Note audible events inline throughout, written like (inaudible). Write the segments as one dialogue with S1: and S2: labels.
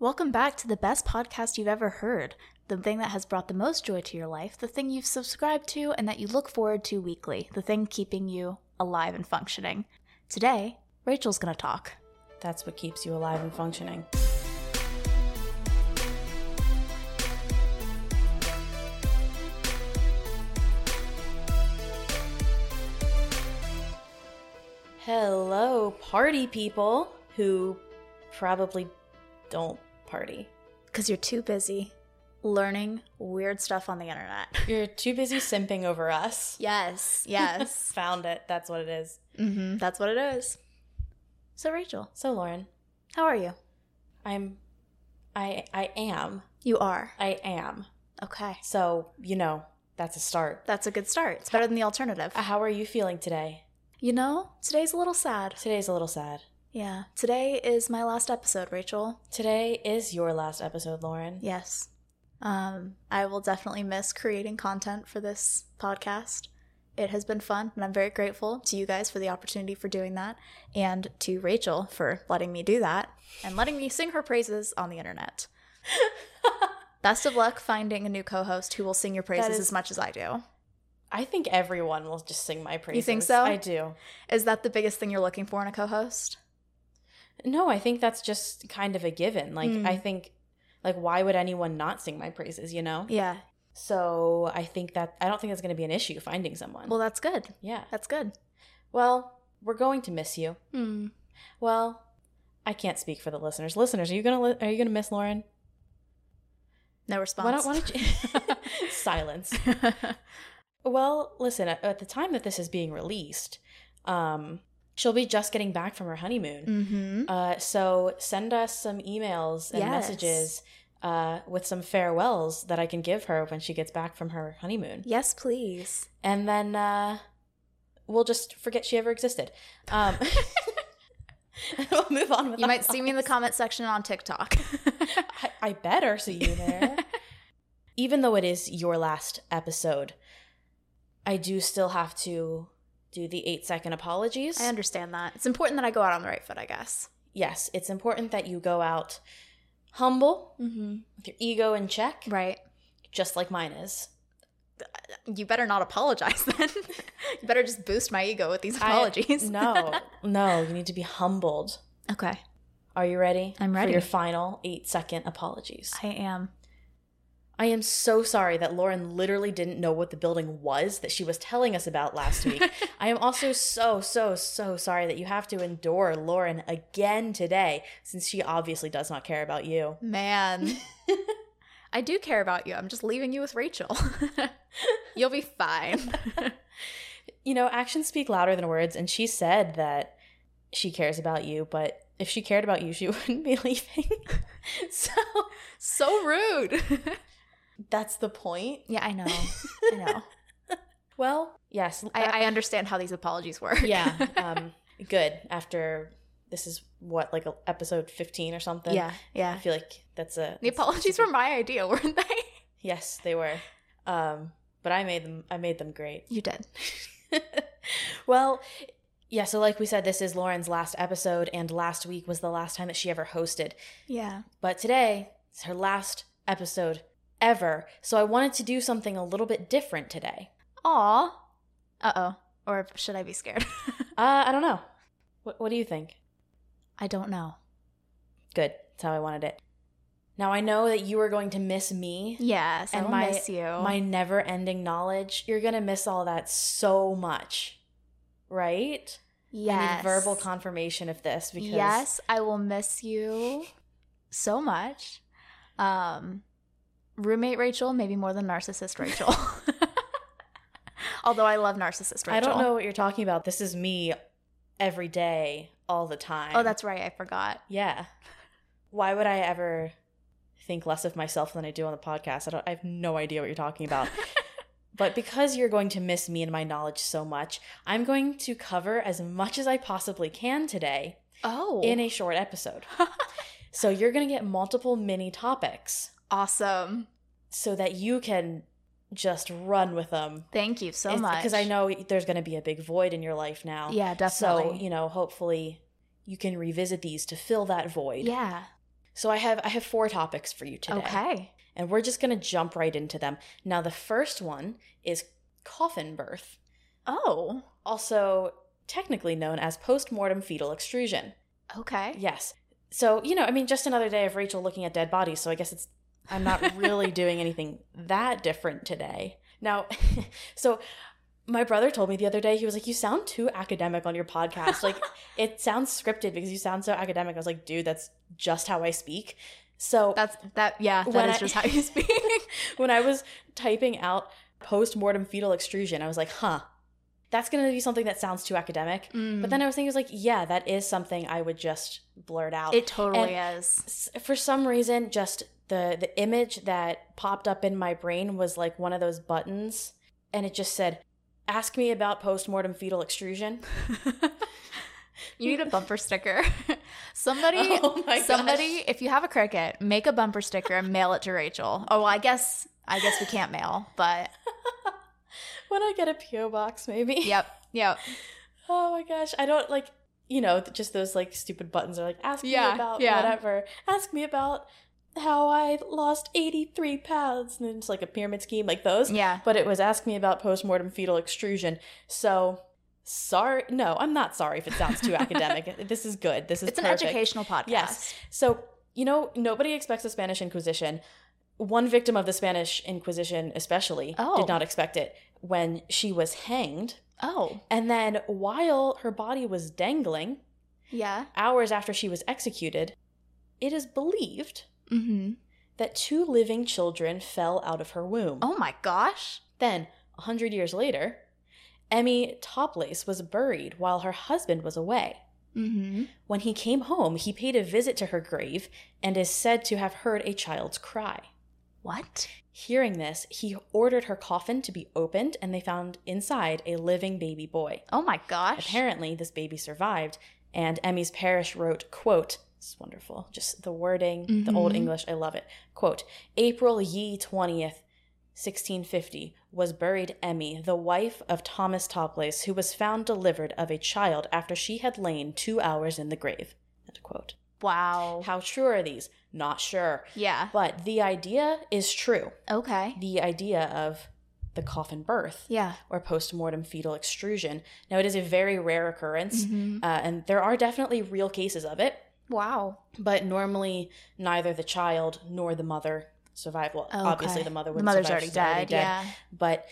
S1: Welcome back to the best podcast you've ever heard, the thing that has brought the most joy to your life, the thing you've subscribed to and that you look forward to weekly, the thing keeping you alive and functioning. Today, Rachel's going to talk.
S2: That's what keeps you alive and functioning. Hello, party people who probably don't party.
S1: Because you're too busy learning weird stuff on the (laughs) internet.
S2: You're too busy simping over us.
S1: yes, (laughs) yes.
S2: (laughs) Found it. That's what it is.
S1: hmm That's what it is. So, Rachel,
S2: So, Lauren,
S1: how are you?
S2: I'm I I am.
S1: You are.
S2: I am.
S1: Okay.
S2: So, you know, that's a start.
S1: That's a good start. It's better than the alternative.
S2: Uh, How are you feeling today?
S1: You know, today's a little sad.
S2: Today's a little sad.
S1: Yeah. Today is my last episode, Rachel.
S2: Today is your last episode, Lauren.
S1: Yes. Um, I will definitely miss creating content for this podcast. It has been fun, and I'm very grateful to you guys for the opportunity for doing that, and to Rachel for letting me do that and letting me sing her praises on the
S2: (laughs)
S1: internet. Best of luck finding a new co host who will sing your praises
S2: is-
S1: as much as I do.
S2: I think everyone will just sing my praises.
S1: think so?
S2: I do.
S1: Is that the biggest thing you're looking for in a co host?
S2: No, I think that's just kind of a given. Like
S1: Mm.
S2: I think like why would anyone not sing my praises, you know?
S1: Yeah.
S2: So, I think that I don't think that's going to be an issue finding someone.
S1: Well, that's good.
S2: yeah.
S1: That's good.
S2: Well, we're going to miss you.
S1: Hmm.
S2: Well, I can't speak for the listeners. Listeners, are you gonna li- are you gonna miss Lauren?
S1: No response.
S2: Why don't, why don't
S1: (laughs)
S2: you (laughs) silence? Well, listen. At, at the time that this is being released, um, she'll be just getting back from her honeymoon.
S1: mm-hmm.
S2: Uh, so send us some emails and
S1: Yes.
S2: messages uh, with some farewells that I can give her when she gets back from her honeymoon,
S1: Yes, please.
S2: and then uh, we'll just forget she ever existed. Um, (laughs) we'll move on. With
S1: You
S2: our
S1: might see me in the
S2: lives.
S1: comment section on (laughs) TikTok.
S2: I, I better see
S1: (laughs)
S2: you there. Even though it is your last episode, I do still have to do the eight second apologies.
S1: I understand that. It's important that I go out on the right foot, I guess.
S2: yes, it's important that you go out humble,
S1: Mm-hmm.
S2: with your ego in check,
S1: Right.
S2: just like
S1: (laughs)
S2: mine is.
S1: You better not apologize (laughs) then. you better just boost my ego with these
S2: I-
S1: apologies.
S2: (laughs) no, no, you need to be humbled.
S1: (laughs) okay.
S2: Are you ready?
S1: I'm ready.
S2: For your final eight second apologies.
S1: I am.
S2: I am so sorry that Lauren literally didn't know what the building was that she was telling us about last
S1: (laughs)
S2: week. I am also so, so, so sorry that you have to endure Lauren again today since she obviously does not care about you.
S1: (laughs) Man. I do care about you. I'm just leaving you with Rachel. (laughs) You'll be (laughs) fine.
S2: You know, actions speak louder than words, and she said that she cares about you, but if she cared about you, she (laughs) wouldn't be leaving. (laughs) so
S1: so rude.
S2: that's the point.
S1: (laughs) yeah, I know. I know.
S2: Well, yes. uh,
S1: (laughs) I, I understand how these apologies work. Uh,
S2: yeah. Um, good after this is what like a- episode 15 or something
S1: yeah,
S2: i
S1: yeah.
S2: feel like that's a
S1: The apologies were my idea, weren't they?
S2: yes they were um but i made them i made them great (laughs)
S1: You did.
S2: well, yeah, so like we said, this is Lauren's last episode, and last week was the last time that she ever hosted.
S1: Yeah.
S2: But today is her last episode ever. So I wanted to do something a little bit different today.
S1: Aw. Uh oh. Or should I be scared? (laughs)
S2: Uh, I don't know. What, what do you think?
S1: I don't know.
S2: Good. That's how I wanted it. Now I know that you are going to miss me
S1: Yes,
S2: and
S1: I will
S2: my
S1: miss you.
S2: my never ending knowledge. You're gonna miss all that so much, right? I
S1: yes.
S2: need verbal confirmation of this because
S1: Yes, I will miss you so much. Um, roommate Rachel, maybe more than narcissist Rachel. (laughs) Although I love narcissist Rachel.
S2: I don't know what you're talking about. This is me every day, all the time.
S1: Oh, that's right. I forgot.
S2: yeah. Why would I ever think less of myself than I do on the podcast? I don't I have no idea what you're
S1: (laughs)
S2: talking about. but because you're going to miss me and my knowledge so much, I'm going to cover as much as I possibly can today
S1: Oh,
S2: in a short
S1: (laughs)
S2: episode. so you're going to get multiple mini topics
S1: awesome.
S2: so that you can just run with them
S1: Thank you so much.
S2: because I know there's going to be a big void in your life now.
S1: Yeah, definitely.
S2: So you know, hopefully, you can revisit these to fill that void.
S1: Yeah.
S2: So I have I have four topics for you today.
S1: Okay.
S2: And we're just going to jump right into them. Now, the first one is coffin birth,
S1: Oh.
S2: also technically known as postmortem fetal extrusion.
S1: Okay.
S2: Yes. So you know, I mean, just another day of Rachel looking at dead bodies. So I guess it's I'm not
S1: (laughs)
S2: really doing anything that different today. Now, (laughs) so my brother told me the other day, he was like, You sound too academic on your
S1: (laughs)
S2: podcast. Like, it sounds scripted because you sound so academic. I was like, Dude, that's just how I speak. So
S1: That's that. Yeah, that
S2: When
S1: is
S2: I-
S1: just how you speak.
S2: (laughs) when I was typing out post mortem fetal extrusion, I was like, Huh, that's going to be something that sounds too academic.
S1: Mm-hmm.
S2: But then I was thinking, I was like, Yeah, that is something I would just blurt out.
S1: it totally is.
S2: S- for some reason just the the image that popped up in my brain was like one of those buttons and it just said ask me about postmortem fetal extrusion
S1: (laughs) You need a bumper sticker. (laughs) somebody,
S2: (laughs) Oh my gosh.
S1: somebody. If you have a cricket, make a bumper sticker and mail it to Rachel. Oh, well, I guess I guess we can't mail,
S2: (laughs)
S1: but
S2: when i get a po box maybe
S1: yep, yep.
S2: oh my gosh i don't like you know th- just those like stupid buttons are like ask
S1: Yeah,
S2: me about
S1: yeah.
S2: whatever ask me about how i lost 83 pounds and it's like a pyramid scheme like those
S1: Yeah.
S2: but it was ask me about postmortem fetal extrusion. So sorry, no, I'm not sorry if it sounds
S1: (laughs)
S2: too academic. This is good. This is
S1: It's an
S2: perfect.
S1: educational podcast.
S2: Yes. So you know, nobody expects the Spanish Inquisition. One victim of the Spanish Inquisition, especially,
S1: Oh.
S2: did not expect it when she was hanged.
S1: Oh,
S2: And then, while her body was dangling,
S1: yeah.
S2: hours after she was executed, it is believed
S1: Mm-hmm.
S2: that two living children fell out of her womb.
S1: Oh my gosh.
S2: Then, a hundred years later, Emmy Toplace was buried while her husband was away.
S1: Mm-hmm.
S2: When he came home, he paid a visit to her grave and is said to have heard a child's cry.
S1: What?
S2: Hearing this, he ordered her coffin to be opened and they found inside a living baby boy.
S1: Oh my gosh.
S2: Apparently, this baby survived, and Emmy's parish wrote, quote, it's wonderful. Just the wording, the old
S1: Mhm.
S2: English, I love it. Quote, April ye 20th, 1650, was buried Emmy, the wife of Thomas Toplace, who was found delivered of a child after she had lain two hours in the grave. End quote.
S1: Wow.
S2: How true are these? Not sure.
S1: yeah.
S2: But the idea is true.
S1: Okay.
S2: The idea of the coffin birth
S1: Yeah.
S2: or postmortem fetal extrusion. Now, it is a very rare occurrence,
S1: Mhm.
S2: uh, and there are definitely real cases of it,
S1: Wow.
S2: but normally neither the child nor the mother survive. Well, obviously
S1: Okay.
S2: the mother
S1: The
S2: would
S1: mother's
S2: survive,
S1: already
S2: she's
S1: dead, Yeah.
S2: But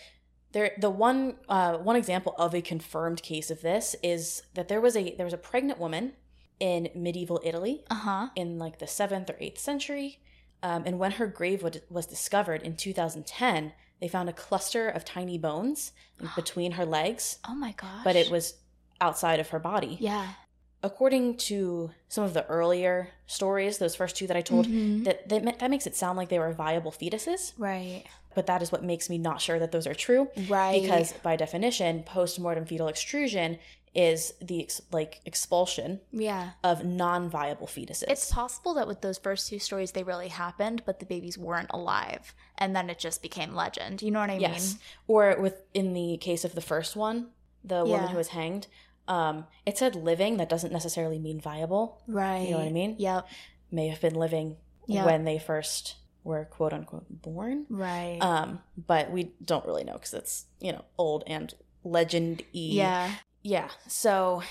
S2: there, the one uh, one example of a confirmed case of this is that there was a there was a pregnant woman in medieval Italy
S1: Uh huh.
S2: in like the seventh or eighth century. Um, and when her grave wa- was discovered in 2010, they found a cluster of
S1: (gasps)
S2: tiny bones between her legs,
S1: Oh my gosh.
S2: but it was outside of her body.
S1: Yeah.
S2: According to some of the earlier stories, those first two that I told,
S1: Mhm.
S2: that, that ma- that makes it sound like they were viable fetuses,
S1: Right.
S2: but that is what makes me not sure that those are true
S1: Right.
S2: because by definition, postmortem fetal extrusion is the ex- like expulsion
S1: Yeah.
S2: of non-viable fetuses.
S1: It's possible that with those first two stories, they really happened, but the babies weren't alive. And then it just became legend. You know what I
S2: yes,
S1: mean?
S2: or with in the case of the first one, the woman
S1: Yeah.
S2: who was hanged, um, it said living. That doesn't necessarily mean viable.
S1: Right.
S2: You know what I mean?
S1: Yep.
S2: May have been living
S1: Yeah.
S2: when they first were quote unquote born.
S1: Right.
S2: Um, but we don't really know because it's you know old and legend y.
S1: yeah.
S2: yeah. So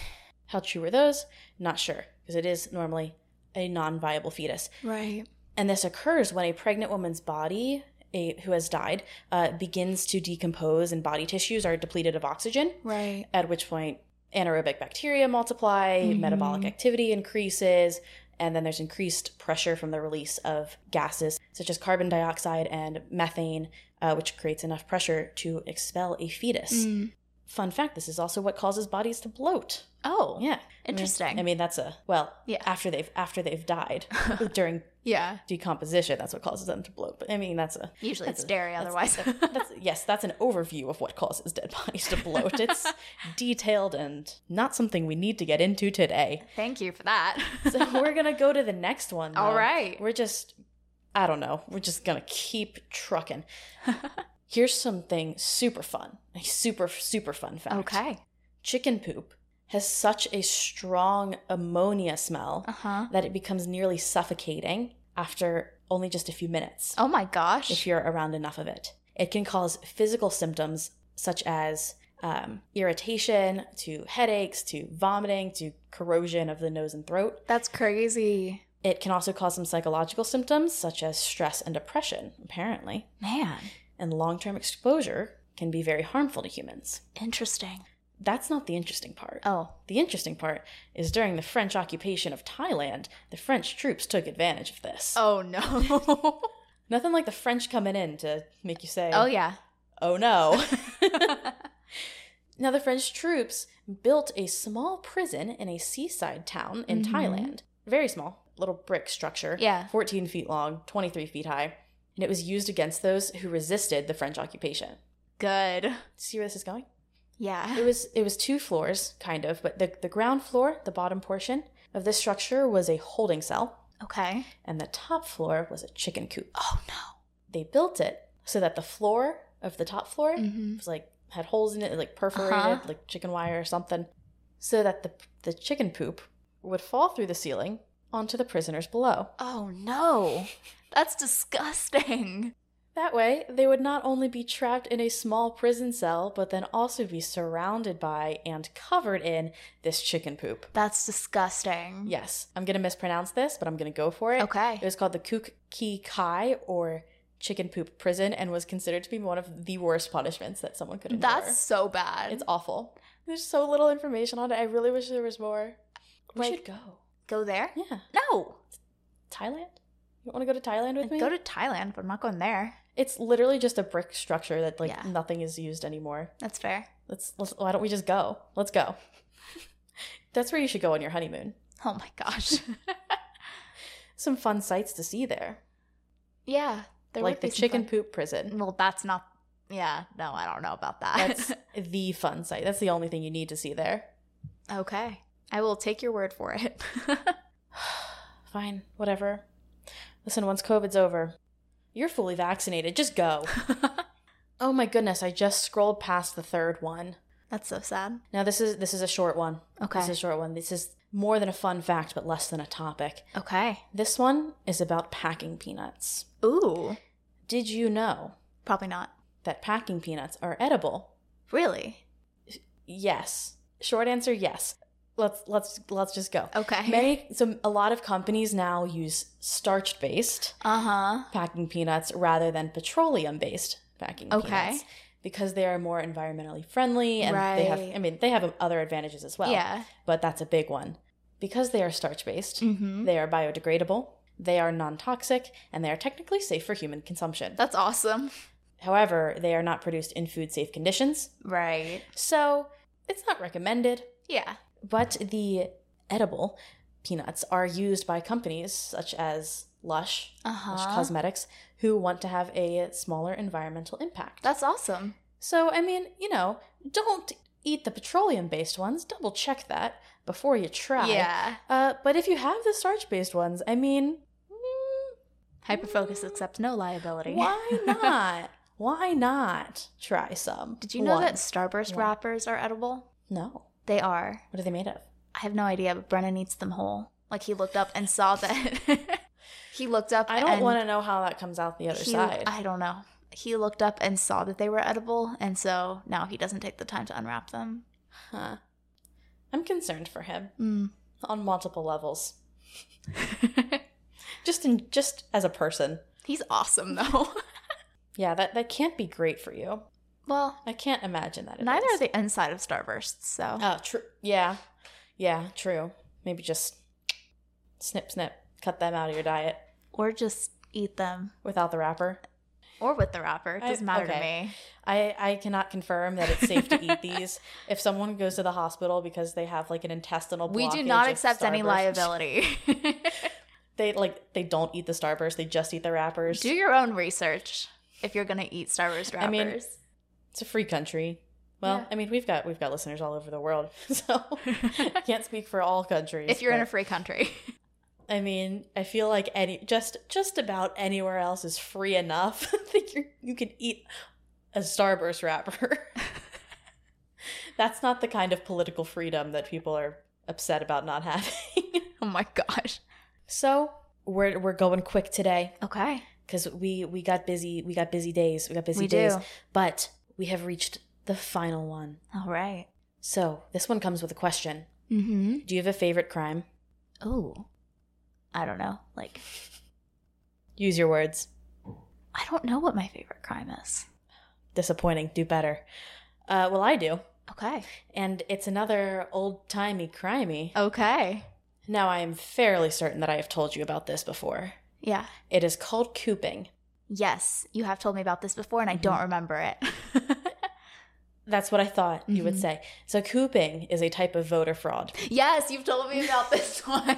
S2: how true were those? Not sure because it is normally a non-viable fetus.
S1: Right.
S2: And this occurs when a pregnant woman's body, a, who has died, uh, begins to decompose and body tissues are depleted of oxygen,
S1: Right.
S2: at which point anaerobic bacteria multiply,
S1: Mhm.
S2: metabolic activity increases, and then there's increased pressure from the release of gases such as carbon dioxide and methane, uh, which creates enough pressure to expel a fetus.
S1: Mm.
S2: Fun fact this is also what causes bodies to bloat.
S1: Oh.
S2: Yeah. I mean-
S1: Interesting.
S2: I mean that's a well,
S1: Yeah.
S2: after they've after
S1: (laughs)
S2: they've died during
S1: yeah.
S2: decomposition. That's what causes them to bloat. But I mean, that's a
S1: Usually
S2: that's
S1: it's
S2: a-
S1: dairy,
S2: that's-
S1: otherwise. (laughs)
S2: that's- that's- yes, that's an overview of what causes dead bodies to
S1: (laughs)
S2: bloat. It's detailed and not something we need to get into today.
S1: Thank you for that.
S2: (laughs)
S1: (laughs)
S2: So we're gonna go to the next one.
S1: All
S2: though.
S1: right.
S2: we're just I don't know. We're just gonna keep
S1: (laughs)
S2: trucking. Here's something super fun, a super super fun fact.
S1: okay.
S2: chicken poop has such a strong ammonia smell
S1: Uh huh.
S2: that it becomes nearly suffocating after only just a few minutes
S1: Oh my gosh.
S2: if you're around enough of it. It can cause physical symptoms such as um, irritation, to headaches, to vomiting, to corrosion of the nose and throat.
S1: That's crazy.
S2: It can also cause some psychological symptoms such as stress and depression, apparently.
S1: Man.
S2: And long term exposure can be very harmful to humans.
S1: Interesting.
S2: That's not the interesting part.
S1: Oh.
S2: The interesting part is during the French occupation of Thailand, the French troops took advantage of this.
S1: Oh
S2: (laughs)
S1: no. (laughs)
S2: Nothing like the French coming in to make you say,
S1: oh yeah.
S2: oh no. now, the French troops built a small prison in a seaside town in
S1: Mhm.
S2: Thailand. Very small, little brick structure.
S1: Yeah.
S2: 14 feet long, 23 feet high. And it was used against those who resisted the French occupation.
S1: Good.
S2: See where this is going? It
S1: Yeah.
S2: was it was two floors, kind of, but the, the ground floor, the bottom portion of this structure was a holding cell,
S1: Okay.
S2: and the top floor was a chicken coop.
S1: Oh no.
S2: They built it so that the floor of the top floor
S1: Mhm.
S2: was like had holes in it, like perforated,
S1: Uh-huh.
S2: like chicken wire or something, so that the the chicken poop would fall through the ceiling onto the prisoners below.
S1: Oh no. That's disgusting.
S2: That way, they would not only be trapped in a small prison cell, but then also be surrounded by and covered in this chicken poop.
S1: That's disgusting.
S2: Yes, I'm gonna mispronounce this, but I'm gonna go for it.
S1: Mm-hmm. Okay.
S2: It was called the Kuk Ki Kai or Chicken Poop Prison and was considered to be one of the worst punishments that someone could endure.
S1: That's so bad.
S2: it's awful. There's so little information on it. I really wish there was more. We
S1: Like-
S2: should go.
S1: go there?
S2: Yeah,
S1: No.
S2: Thailand. You want to go to Thailand with me?
S1: Go to Thailand, but I'm not going there.
S2: it's literally just a brick structure that like
S1: Yeah.
S2: nothing is used anymore.
S1: That's fair.
S2: Let's, let's why don't we just go? Let's
S1: (laughs)
S2: go. That's where you should go on your honeymoon.
S1: Oh my gosh.
S2: (laughs) Some fun sights to see there,
S1: yeah. There
S2: like
S1: would be
S2: the
S1: some
S2: chicken
S1: fun-
S2: poop prison.
S1: Well, that's not. Yeah. No, I don't know about that. (laughs)
S2: That's the fun site. That's the only thing you need to see there.
S1: okay. I will take your word for it. (laughs)
S2: Fine, whatever. Listen, once COVID's over, you're fully vaccinated. Just go. oh my goodness, I just scrolled past the third one.
S1: that's so sad.
S2: Now this is this is a short one.
S1: Okay.
S2: This is a short one. This is more than a fun fact, but less than a topic.
S1: Okay.
S2: This one is about packing peanuts.
S1: Ooh.
S2: Did you know
S1: Probably not.
S2: that packing peanuts are edible?
S1: Really?
S2: Yes. Short answer, yes. Let's let's let's just go.
S1: Okay.
S2: Many so a lot of companies now use starch based
S1: Uh huh.
S2: packing peanuts rather than petroleum based packing
S1: Okay.
S2: peanuts because they are more environmentally friendly and they have
S1: Right.
S2: I mean they have other advantages as well.
S1: yeah.
S2: But that's a big one. Because they are starch based,
S1: Mm-hmm.
S2: they are biodegradable, they are non-toxic, and they are technically safe for human consumption.
S1: That's awesome.
S2: However, they are not produced in food safe conditions,
S1: Right.
S2: so it's not recommended.
S1: Yeah.
S2: But the edible peanuts are used by companies such as Lush,
S1: Uh
S2: Lush
S1: huh.
S2: Cosmetics, who want to have a smaller environmental impact.
S1: That's awesome.
S2: so, I mean, you know, don't eat the petroleum based ones. Double check that before you try.
S1: Yeah.
S2: Uh, but if you have the starch based ones, I mean, mm,
S1: Hyperfocus accepts no liability. (laughs)
S2: why not? why not try some?
S1: Did you know that
S2: Once.
S1: Starburst
S2: One.
S1: wrappers are edible?
S2: No.
S1: They are.
S2: What are they made of?
S1: I have no idea, but Brennan eats them whole. Like he looked up and saw that. (laughs) he looked up.
S2: I don't
S1: and
S2: want to know how that comes out the other
S1: he-
S2: side.
S1: I don't know. He looked up and saw that they were edible, and so now he doesn't take the time to unwrap them.
S2: huh. I'm concerned for him
S1: Mm.
S2: on multiple
S1: (laughs)
S2: levels. just in just as a person.
S1: He's awesome
S2: (laughs)
S1: though.
S2: Yeah, that that can't be great for you.
S1: well,
S2: I can't imagine that. it
S1: neither
S2: is.
S1: are the inside of starbursts, so
S2: Oh, true. Yeah, yeah, true. Maybe just snip, snip, cut them out of your diet
S1: or just eat them
S2: without the wrapper.
S1: or with the wrapper. It
S2: I-
S1: doesn't matter
S2: okay.
S1: to me.
S2: I I cannot confirm that it's safe to
S1: (laughs)
S2: eat these. If someone goes to the hospital because they have like an intestinal,
S1: We do
S2: blockage
S1: not
S2: of
S1: accept any
S2: Starburst,
S1: liability. (laughs)
S2: They like they don't eat the starburst. They just eat the wrappers.
S1: do your own research if you're gonna eat starburst wrappers.
S2: I mean, it's a free country. Well,
S1: Yeah.
S2: I mean, we've got we've got listeners all over the world, (laughs)
S1: (laughs)
S2: so I can't speak for all countries.
S1: if you're in
S2: but-
S1: a free country. (laughs)
S2: I mean, I feel like any just just about anywhere else is free enough (laughs) that you you can eat a Starburst wrapper. (laughs) That's not the kind of political freedom that people are upset about not having. (laughs)
S1: oh my gosh.
S2: so we're we're going quick today
S1: Okay.
S2: because we we got busy we got busy days we got busy
S1: we
S2: days,
S1: do.
S2: but we have reached the final one.
S1: All right.
S2: So this one comes with a question:
S1: Mm-hmm.
S2: Do you have a favorite crime?
S1: Oh. I don't know. Like
S2: Use your words.
S1: I don't know what my favorite crime is.
S2: Disappointing. Do better. Uh, well, I do.
S1: Okay.
S2: and it's another old timey crimey.
S1: Oh. Okay.
S2: Now, I am fairly certain that I have told you about this before.
S1: Yeah.
S2: It is called cooping.
S1: Yes, you have told me about this before and I
S2: Mm-hmm.
S1: don't remember it. (laughs)
S2: That's what I thought you would
S1: Mhm.
S2: say. So, cooping is a type of voter fraud.
S1: yes, you've told me about this (laughs) one.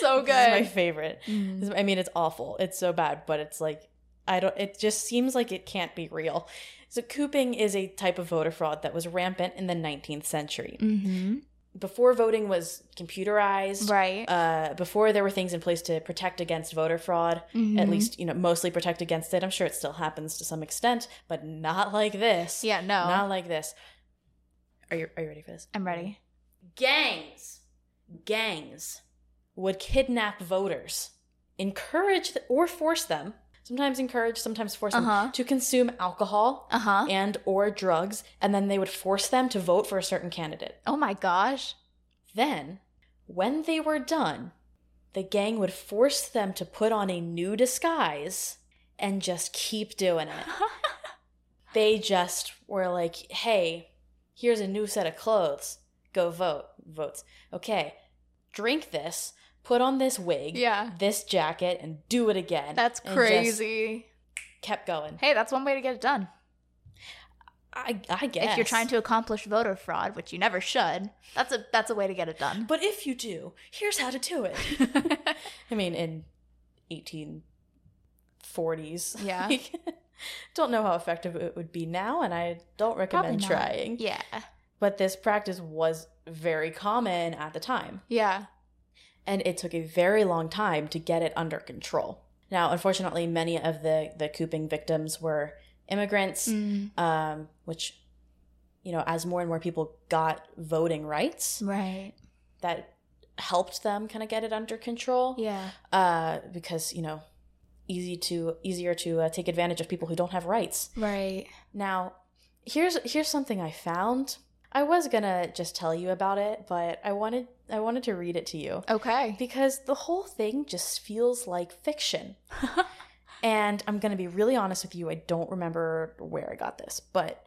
S1: so good.
S2: This is my favorite.
S1: Mm.
S2: This- I mean, it's awful. It's so bad, but it's like, I don't, it just seems like it can't be real. So, cooping is a type of voter fraud that was rampant in the 19th century.
S1: Mhm.
S2: Before voting was computerized,
S1: Right.
S2: uh, before there were things in place to protect against voter fraud, at
S1: Mhm.
S2: least you know mostly protect against it i'm sure it still happens to some extent but not like this
S1: Yeah, no.
S2: not like this are you are you ready for this
S1: I'm ready.
S2: gangs gangs would kidnap voters encourage th- or force them sometimes encourage sometimes force them
S1: Uh-huh.
S2: to consume alcohol
S1: Uh-huh.
S2: and or drugs and then they would force them to vote for a certain candidate
S1: oh my gosh.
S2: then, when they were done, the gang would force them to put on a new disguise and just keep doing
S1: (laughs)
S2: it. they just were like, hey, here's a new set of clothes. Go vote. Votes. Okay. Drink this, put on this wig,
S1: Yeah.
S2: this jacket, and do it again.
S1: That's
S2: And just
S1: crazy.
S2: kept going.
S1: Hey, that's one way to get it done.
S2: I, I guess.
S1: If you're trying to accomplish voter fraud, which you never should, that's a that's a way to get it done.
S2: But if you do, here's how to do
S1: (laughs)
S2: it. I mean, in 1840s.
S1: Yeah.
S2: (laughs) like, don't know how effective it would be now, and I don't recommend
S1: not.
S2: trying.
S1: Yeah.
S2: But this practice was very common at the time,
S1: Yeah.
S2: and it took a very long time to get it under control. Now, unfortunately, many of the, the cooping victims were immigrants,
S1: Mm.
S2: um, which, you know, as more and more people got voting rights,
S1: Right.
S2: that helped them kind of get it under control
S1: Yeah.
S2: uh, because you know easy to easier to uh, take advantage of people who don't have rights
S1: Right.
S2: now here's here's something i found i was gonna just tell you about it but i wanted i wanted to read it to you
S1: Okay.
S2: because the whole thing just feels like fiction and i'm gonna be really honest with you i don't remember where i got this but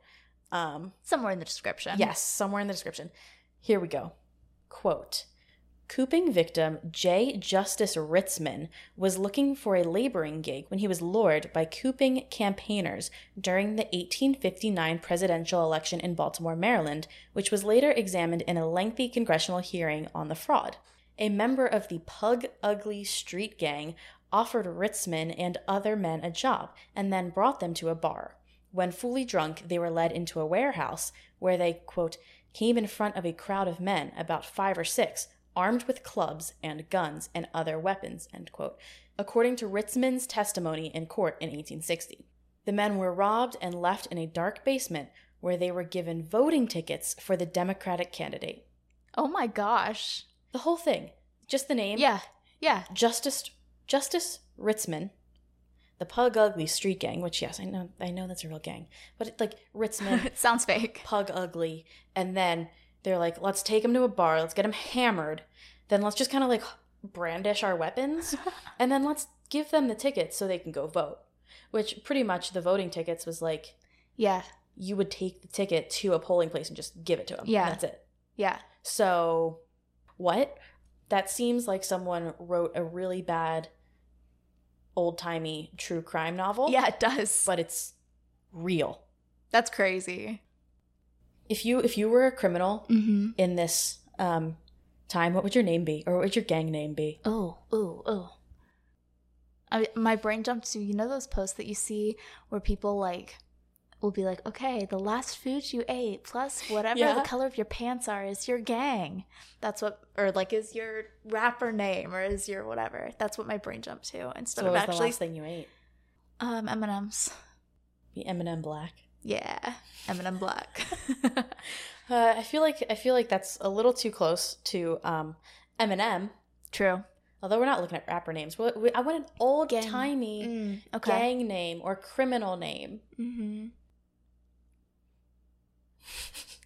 S2: um
S1: Somewhere in the description.
S2: Yes, somewhere in the description. Here we go. Quote Cooping victim J. Justice Ritzman was looking for a laboring gig when he was lured by cooping campaigners during the 1859 presidential election in Baltimore, Maryland, which was later examined in a lengthy congressional hearing on the fraud. A member of the Pug Ugly Street Gang offered Ritzman and other men a job and then brought them to a bar. When fully drunk, they were led into a warehouse where they, quote, came in front of a crowd of men, about five or six, armed with clubs and guns and other weapons, end quote, according to Ritzman's testimony in court in 1860. The men were robbed and left in a dark basement where they were given voting tickets for the Democratic candidate.
S1: Oh my gosh.
S2: The whole thing, just the name.
S1: Yeah. Yeah. (laughs)
S2: Justice Justice Ritzman, the Pug Ugly Street Gang, which yes, I know I know that's a real gang, but it, like
S1: (laughs)
S2: Ritzman,
S1: it sounds fake.
S2: Pug Ugly, and then they're like, let's take him to a bar, let's get him hammered, then let's just kind of like brandish
S1: (laughs)
S2: our weapons, and then let's give them the tickets so they can go vote. Which pretty much the voting tickets was like
S1: Yeah.
S2: you would take the ticket to a polling place and just give it to them.
S1: Yeah.
S2: that's it.
S1: Yeah.
S2: So, what? That seems like someone wrote a really bad, old timey true crime novel.
S1: Yeah, it does.
S2: But it's real.
S1: That's crazy.
S2: If you if you were a criminal
S1: Mm-hmm.
S2: in this um, time, what would your name be, or what would your gang name be?
S1: Oh, oh, oh. I, my brain jumped to you know those posts that you see where people like will be like, okay, the last food you ate plus whatever
S2: Yeah.
S1: the color of your pants are is your gang. That's what, or like, is your rapper name or is your whatever. That's what my brain jumped to instead
S2: So what
S1: of
S2: was the
S1: actually
S2: last thing you ate?
S1: um M&Ms.
S2: Be Eminem Black. (laughs)
S1: Yeah, Eminem Black. (laughs)
S2: uh, I feel like I feel like that's a little too close to um, Eminem.
S1: True.
S2: Although we're not looking at rapper names, we, we, I want an old timey.
S1: Mm, okay.
S2: gang name or criminal name.
S1: hmm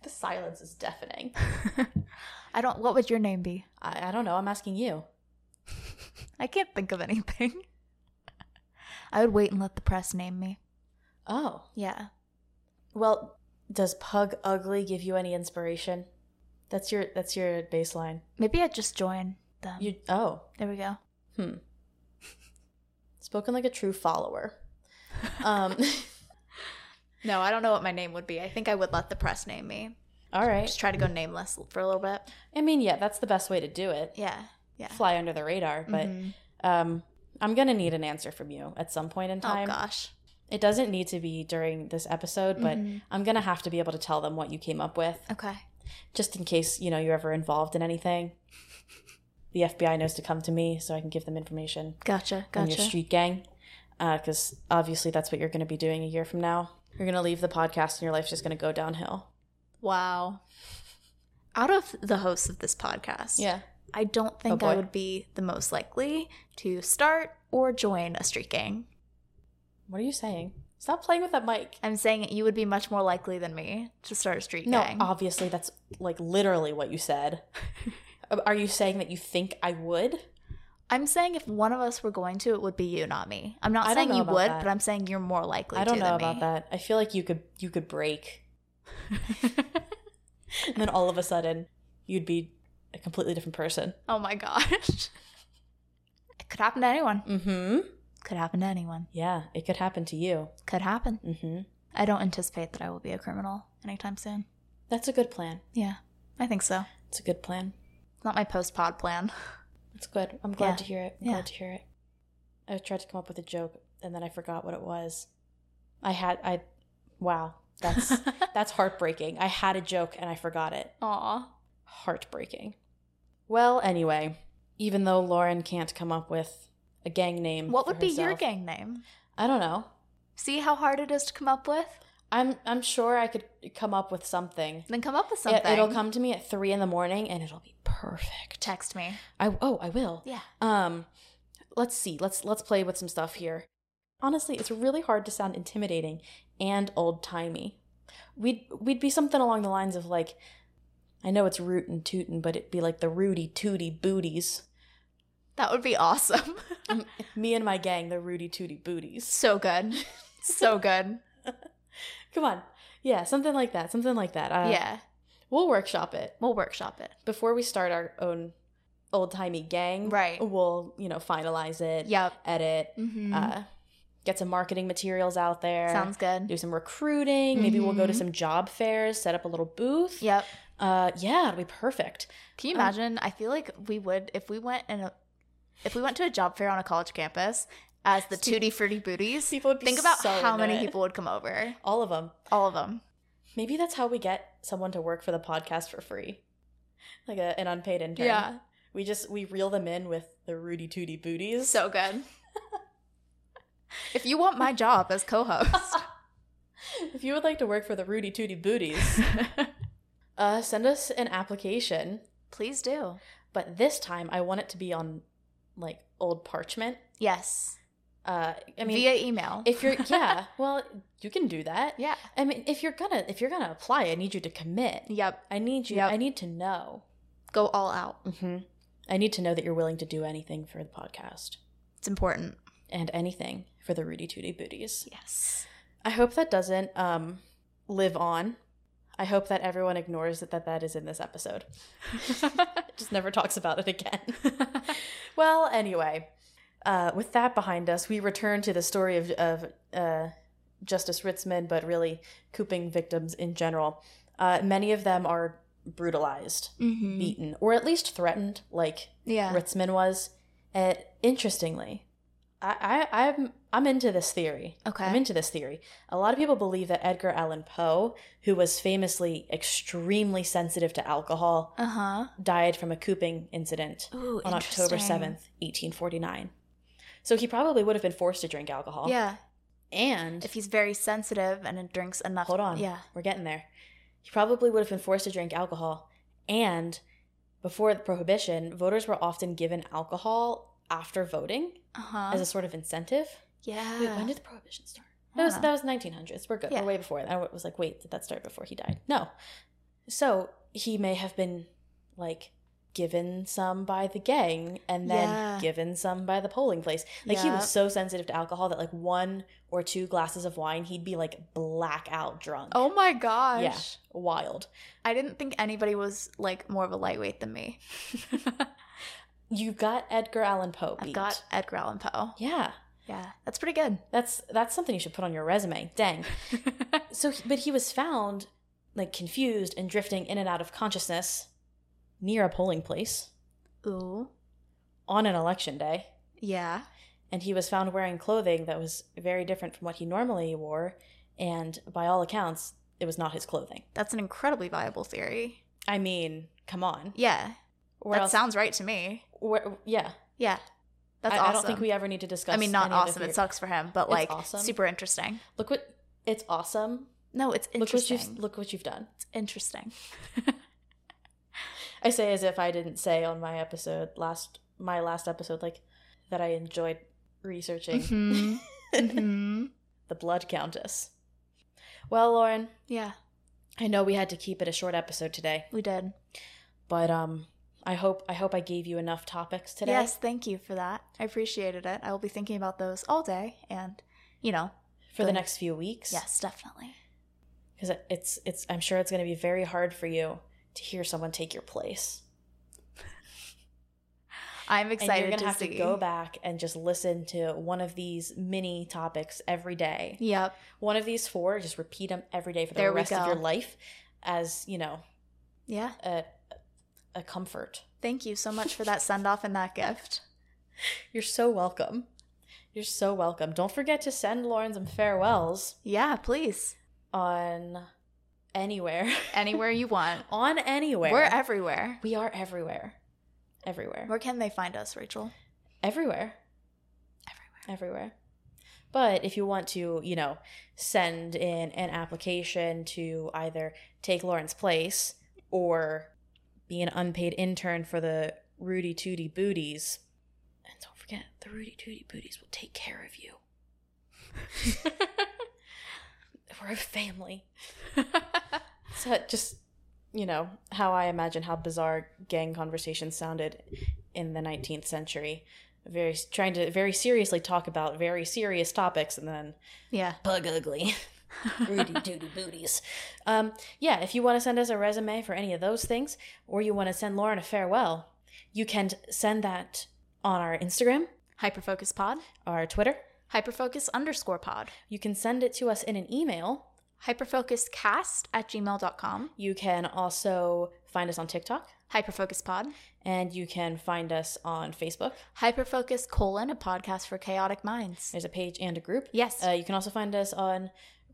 S2: The silence is (laughs) deafening.
S1: Mm-hmm. (laughs) I don't. What would your name be?
S2: I, I don't know. I'm asking you.
S1: I can't think of anything. (laughs) I would wait and let the press name me.
S2: Oh.
S1: Yeah.
S2: Well, does Pug Ugly give you any inspiration? That's your that's your baseline.
S1: Maybe I'd just join them.
S2: You oh.
S1: there we go.
S2: Hmm. (laughs) Spoken like a true (laughs) follower. Um (laughs)
S1: No, I don't know what my name would be. I think I would let the press name me.
S2: all right.
S1: Just try to go nameless for a little bit.
S2: I mean, yeah, that's the best way to do it.
S1: Yeah. Yeah.
S2: Fly under the radar, but
S1: Mhm.
S2: um I'm going to need an answer from you at some point in
S1: Oh
S2: time.
S1: gosh.
S2: It doesn't need to be during this episode, but
S1: Mhm.
S2: I'm going to have to be able to tell them what you came up with.
S1: Okay.
S2: just in case you know you're ever involved in anything. The FBI knows to come to me so I can give them information
S1: Gotcha.
S2: on your
S1: Gotcha.
S2: street gang, because obviously that's what you're going to be doing a year from now. You're going to leave the podcast and your life's just going to go downhill.
S1: Wow. Out of the hosts of this podcast, I don't think
S2: Oh,
S1: I
S2: boy.
S1: would be the most likely to start or join a street gang.
S2: What are you saying? Stop playing with that mic.
S1: I'm saying you would be much more likely than me to start a street
S2: No,
S1: gang.
S2: obviously that's like literally what you
S1: (laughs)
S2: said. are you saying that you think I would?
S1: I'm saying if one of us were going to, it would be you, not me. I'm not
S2: I don't
S1: saying
S2: know
S1: you
S2: about
S1: would,
S2: that.
S1: but I'm saying you're more likely.
S2: I don't
S1: to
S2: know
S1: than
S2: about
S1: me.
S2: that. I feel like you could you could
S1: (laughs)
S2: break, and then all of a sudden you'd be a completely different person.
S1: Oh my gosh. It could happen to anyone.
S2: Mm-hmm.
S1: Could happen to anyone.
S2: Yeah, it could happen to you.
S1: Could happen.
S2: Mm-hmm.
S1: I don't anticipate that I will be a criminal anytime soon.
S2: That's a good plan.
S1: Yeah, I think so.
S2: It's a good plan.
S1: It's not my post pod plan.
S2: It's good. I'm glad
S1: Yeah.
S2: to hear it. I'm
S1: Yeah.
S2: glad to hear it. I tried to come up with a joke and then I forgot what it was. I had I wow.
S1: (laughs)
S2: That's that's heartbreaking. I had a joke and I forgot it.
S1: Aw.
S2: Heartbreaking. Well, anyway, even though Lauren can't come up with a gang name.
S1: What
S2: for
S1: would be your
S2: herself-
S1: gang name?
S2: I don't know.
S1: See how hard it is to come up with?
S2: I'm I'm sure I could come up with something.
S1: Then come up with
S2: It,
S1: something.
S2: it'll come to me at three in the morning and it'll be perfect.
S1: Text me.
S2: I oh I will.
S1: Yeah.
S2: Um, let's see. Let's let's play with some stuff here. Honestly, it's really hard to sound intimidating and old timey. We'd we'd be something along the lines of like, I know it's root and tootin', but it'd be like the Rudy Tooty Booties.
S1: That would be awesome. (laughs)
S2: Me and my gang, the Rudy Tooty Booties.
S1: so good. (laughs) So good.
S2: Come on, yeah, something like that. Something like that. Uh,
S1: yeah.
S2: we'll workshop it
S1: We'll workshop it.
S2: before we start our own old timey gang.
S1: Right.
S2: We'll you know finalize it.
S1: Yep.
S2: Edit.
S1: Mm-hmm.
S2: Uh, get some marketing materials out there.
S1: Sounds good.
S2: do some recruiting. Maybe we'll go to
S1: Mhm.
S2: some job fairs, set up a little booth.
S1: Yep.
S2: Uh, yeah, it'll be perfect.
S1: Can you
S2: Um,
S1: imagine? I feel like we would if we went in a if we went to a job fair on a college campus as the tutti frutti booties.
S2: People would be
S1: Think about
S2: so
S1: how
S2: into
S1: many
S2: it.
S1: people would come over.
S2: All of them.
S1: All of them.
S2: Maybe that's how we get someone to work for the podcast for free, like a, an unpaid intern.
S1: Yeah.
S2: We just we reel them in with the Rudy Tooty booties.
S1: So good. if you want my job as co-host,
S2: (laughs) if you would like to work for the Rudy Tooty
S1: (laughs)
S2: booties, uh, send us an application.
S1: please do.
S2: But this time, I want it to be on like old parchment.
S1: Yes.
S2: Uh, I mean,
S1: via email. (laughs)
S2: if you're yeah, well, you can do that.
S1: yeah.
S2: I mean, if you're gonna if you're gonna apply, I need you to commit.
S1: Yep.
S2: I need you.
S1: Yep.
S2: I need to know.
S1: Go all out.
S2: Mm-hmm. I need to know that you're willing to do anything for the podcast
S1: It's important.
S2: and anything for the Rudy Tooty booties.
S1: Yes.
S2: I hope that doesn't um, live on. I hope that everyone ignores that, that that is in this episode. (laughs) Just never talks about it again. (laughs) well, anyway, uh, with that behind us, we return to the story of, of uh, Justice Ritzman, but really cooping victims in general. Uh, many of them are brutalized,
S1: Mm-hmm.
S2: beaten, or at least threatened, like
S1: Yeah.
S2: Ritzman was. And interestingly, I, I I'm I'm into this theory.
S1: Okay.
S2: I'm into this theory. A lot of people believe that Edgar Allan Poe, who was famously extremely sensitive to alcohol,
S1: Uh huh.
S2: died from a cooping incident
S1: Ooh,
S2: on October
S1: interesting.
S2: seventh, eighteen forty nine. So he probably would have been forced to drink alcohol.
S1: Yeah.
S2: And
S1: If he's very sensitive and it drinks enough.
S2: hold on,
S1: Yeah.
S2: we're getting there. He probably would have been forced to drink alcohol, and before the prohibition, voters were often given alcohol after voting
S1: Uh huh.
S2: as a sort of incentive.
S1: yeah.
S2: Wait, when did the prohibition start? That was
S1: Huh.
S2: that was 1900s. We're good.
S1: Ah. Yeah.
S2: We're way before. that. I was like, wait, did that start before he died? No. So he may have been like given some by the gang and then
S1: Yeah.
S2: given some by the polling place. Like he
S1: Yep.
S2: was so sensitive to alcohol that like one or two glasses of wine, he'd be like blackout drunk.
S1: Oh my gosh.
S2: yeah, wild.
S1: I didn't think anybody was like more of a lightweight than
S2: (laughs)
S1: me.
S2: You got Edgar Allan Poe.
S1: I've
S2: beat.
S1: got Edgar Allan Poe.
S2: yeah.
S1: Yeah, that's pretty good.
S2: That's that's something you should put on your resume.
S1: (laughs)
S2: Dang. so, but he was found like confused and drifting in and out of consciousness near a polling place
S1: Ooh.
S2: on an election day,
S1: Yeah.
S2: and he was found wearing clothing that was very different from what he normally wore, and by all accounts, it was not his clothing.
S1: That's an incredibly viable theory.
S2: I mean, come on.
S1: Yeah.
S2: Where
S1: that
S2: else-
S1: sounds right to me.
S2: where- yeah.
S1: Yeah. That's
S2: I,
S1: awesome.
S2: I don't think we ever need to discuss.
S1: I mean, not
S2: any other
S1: awesome.
S2: theory-
S1: It sucks for him, but
S2: It's
S1: like
S2: awesome.
S1: super interesting.
S2: Look what it's awesome.
S1: No, it's
S2: Look what
S1: interesting.
S2: you've look what you've done.
S1: it's interesting.
S2: I say as if I didn't say on my episode last my last episode like that I enjoyed researching (laughs)
S1: Mhm. Mhm.
S2: the Blood Countess. Well, Lauren,
S1: Yeah,
S2: I know we had to keep it a short episode today,
S1: we did.
S2: but um I hope I hope I gave you enough topics today.
S1: Yes, thank you for that. I appreciated it. I will be thinking about those all day and, you know,
S2: for the
S1: Good.
S2: next few weeks.
S1: yes, definitely.
S2: Cuz it's it's I'm sure it's going to be very hard for you to hear someone take your place.
S1: I'm
S2: and
S1: excited
S2: you're going
S1: to
S2: to have
S1: see.
S2: to go back and just listen to one of these mini topics every day.
S1: Yep.
S2: one of these four just repeat them every day for the
S1: There we
S2: rest of
S1: go.
S2: your life as you know
S1: Yeah.
S2: a, a comfort
S1: Thank you so much for that send off and
S2: (laughs)
S1: that gift.
S2: you're so welcome you're so welcome don't forget to send lauren some farewells
S1: Yeah, please.
S2: on
S1: (laughs)
S2: anywhere
S1: Anywhere you
S2: (laughs)
S1: want.
S2: on anywhere
S1: We're everywhere.
S2: we are everywhere everywhere
S1: Where can they find us, Rachel?
S2: everywhere
S1: Everywhere.
S2: everywhere but if you want to you know send in an application to either take lauren's place or be an unpaid intern for the rudy tooty booties and don't forget the rudy tooty booties will take care of you (laughs) we're a family so just you know how i imagine how bizarre gang conversations sounded in the 19th century very trying to very seriously talk about very serious topics and then
S1: Yeah.
S2: bug ugly rudy duty booties um yeah if you want to send us a resume for any of those things or you want to send lauren a farewell you can t- send that on our instagram
S1: Hyperfocus pod.
S2: our twitter
S1: Hyperfocus underscore pod.
S2: you can send it to us in an email
S1: Hyperfocuscast at gmail.com.
S2: you can also find us on tiktok
S1: Hyperfocus Pod,
S2: And you can find us on Facebook.
S1: Hyperfocus colon, a podcast for chaotic minds.
S2: There's a page and a group.
S1: Yes.
S2: Uh, you can also find us on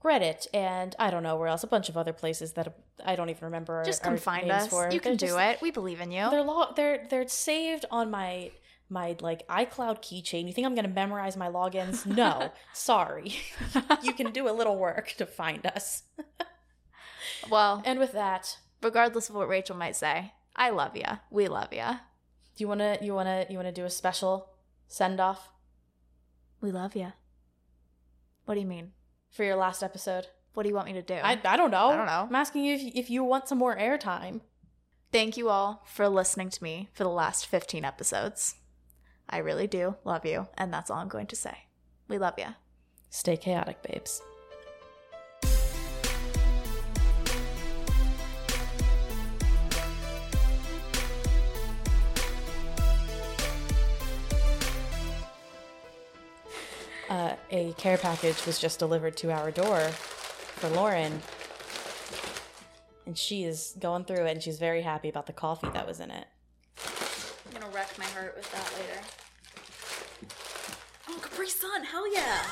S2: Reddit and I don't know where else, a bunch of other places that I don't even remember. our-
S1: just come
S2: our
S1: find
S2: names
S1: us.
S2: for.
S1: You can
S2: They're
S1: do
S2: just-
S1: it. We believe in you.
S2: They're log. They're they're saved on my my like iCloud keychain. You think I'm gonna memorize my
S1: (laughs)
S2: logins? No, sorry. you can do a little work to find us.
S1: Well,
S2: And with that,
S1: regardless of what Rachel might say, I love you. We love you.
S2: do you wanna you wanna you wanna do a special send off
S1: We love you. What do you mean?
S2: for your last episode?
S1: What do you want me to do?
S2: I I don't know.
S1: I don't know.
S2: I'm asking you if if you want some more airtime.
S1: Thank you all for listening to me for the last 15 episodes. I really do love you, and that's all I'm going to say. We love you.
S2: Stay chaotic, babes. (laughs) Uh, a care package was just delivered to our door for Lauren. And she is going through it and she's very happy about the coffee that was in it.
S1: I'm gonna wreck my heart with that later. Oh, Capri Sun, hell yeah! (laughs)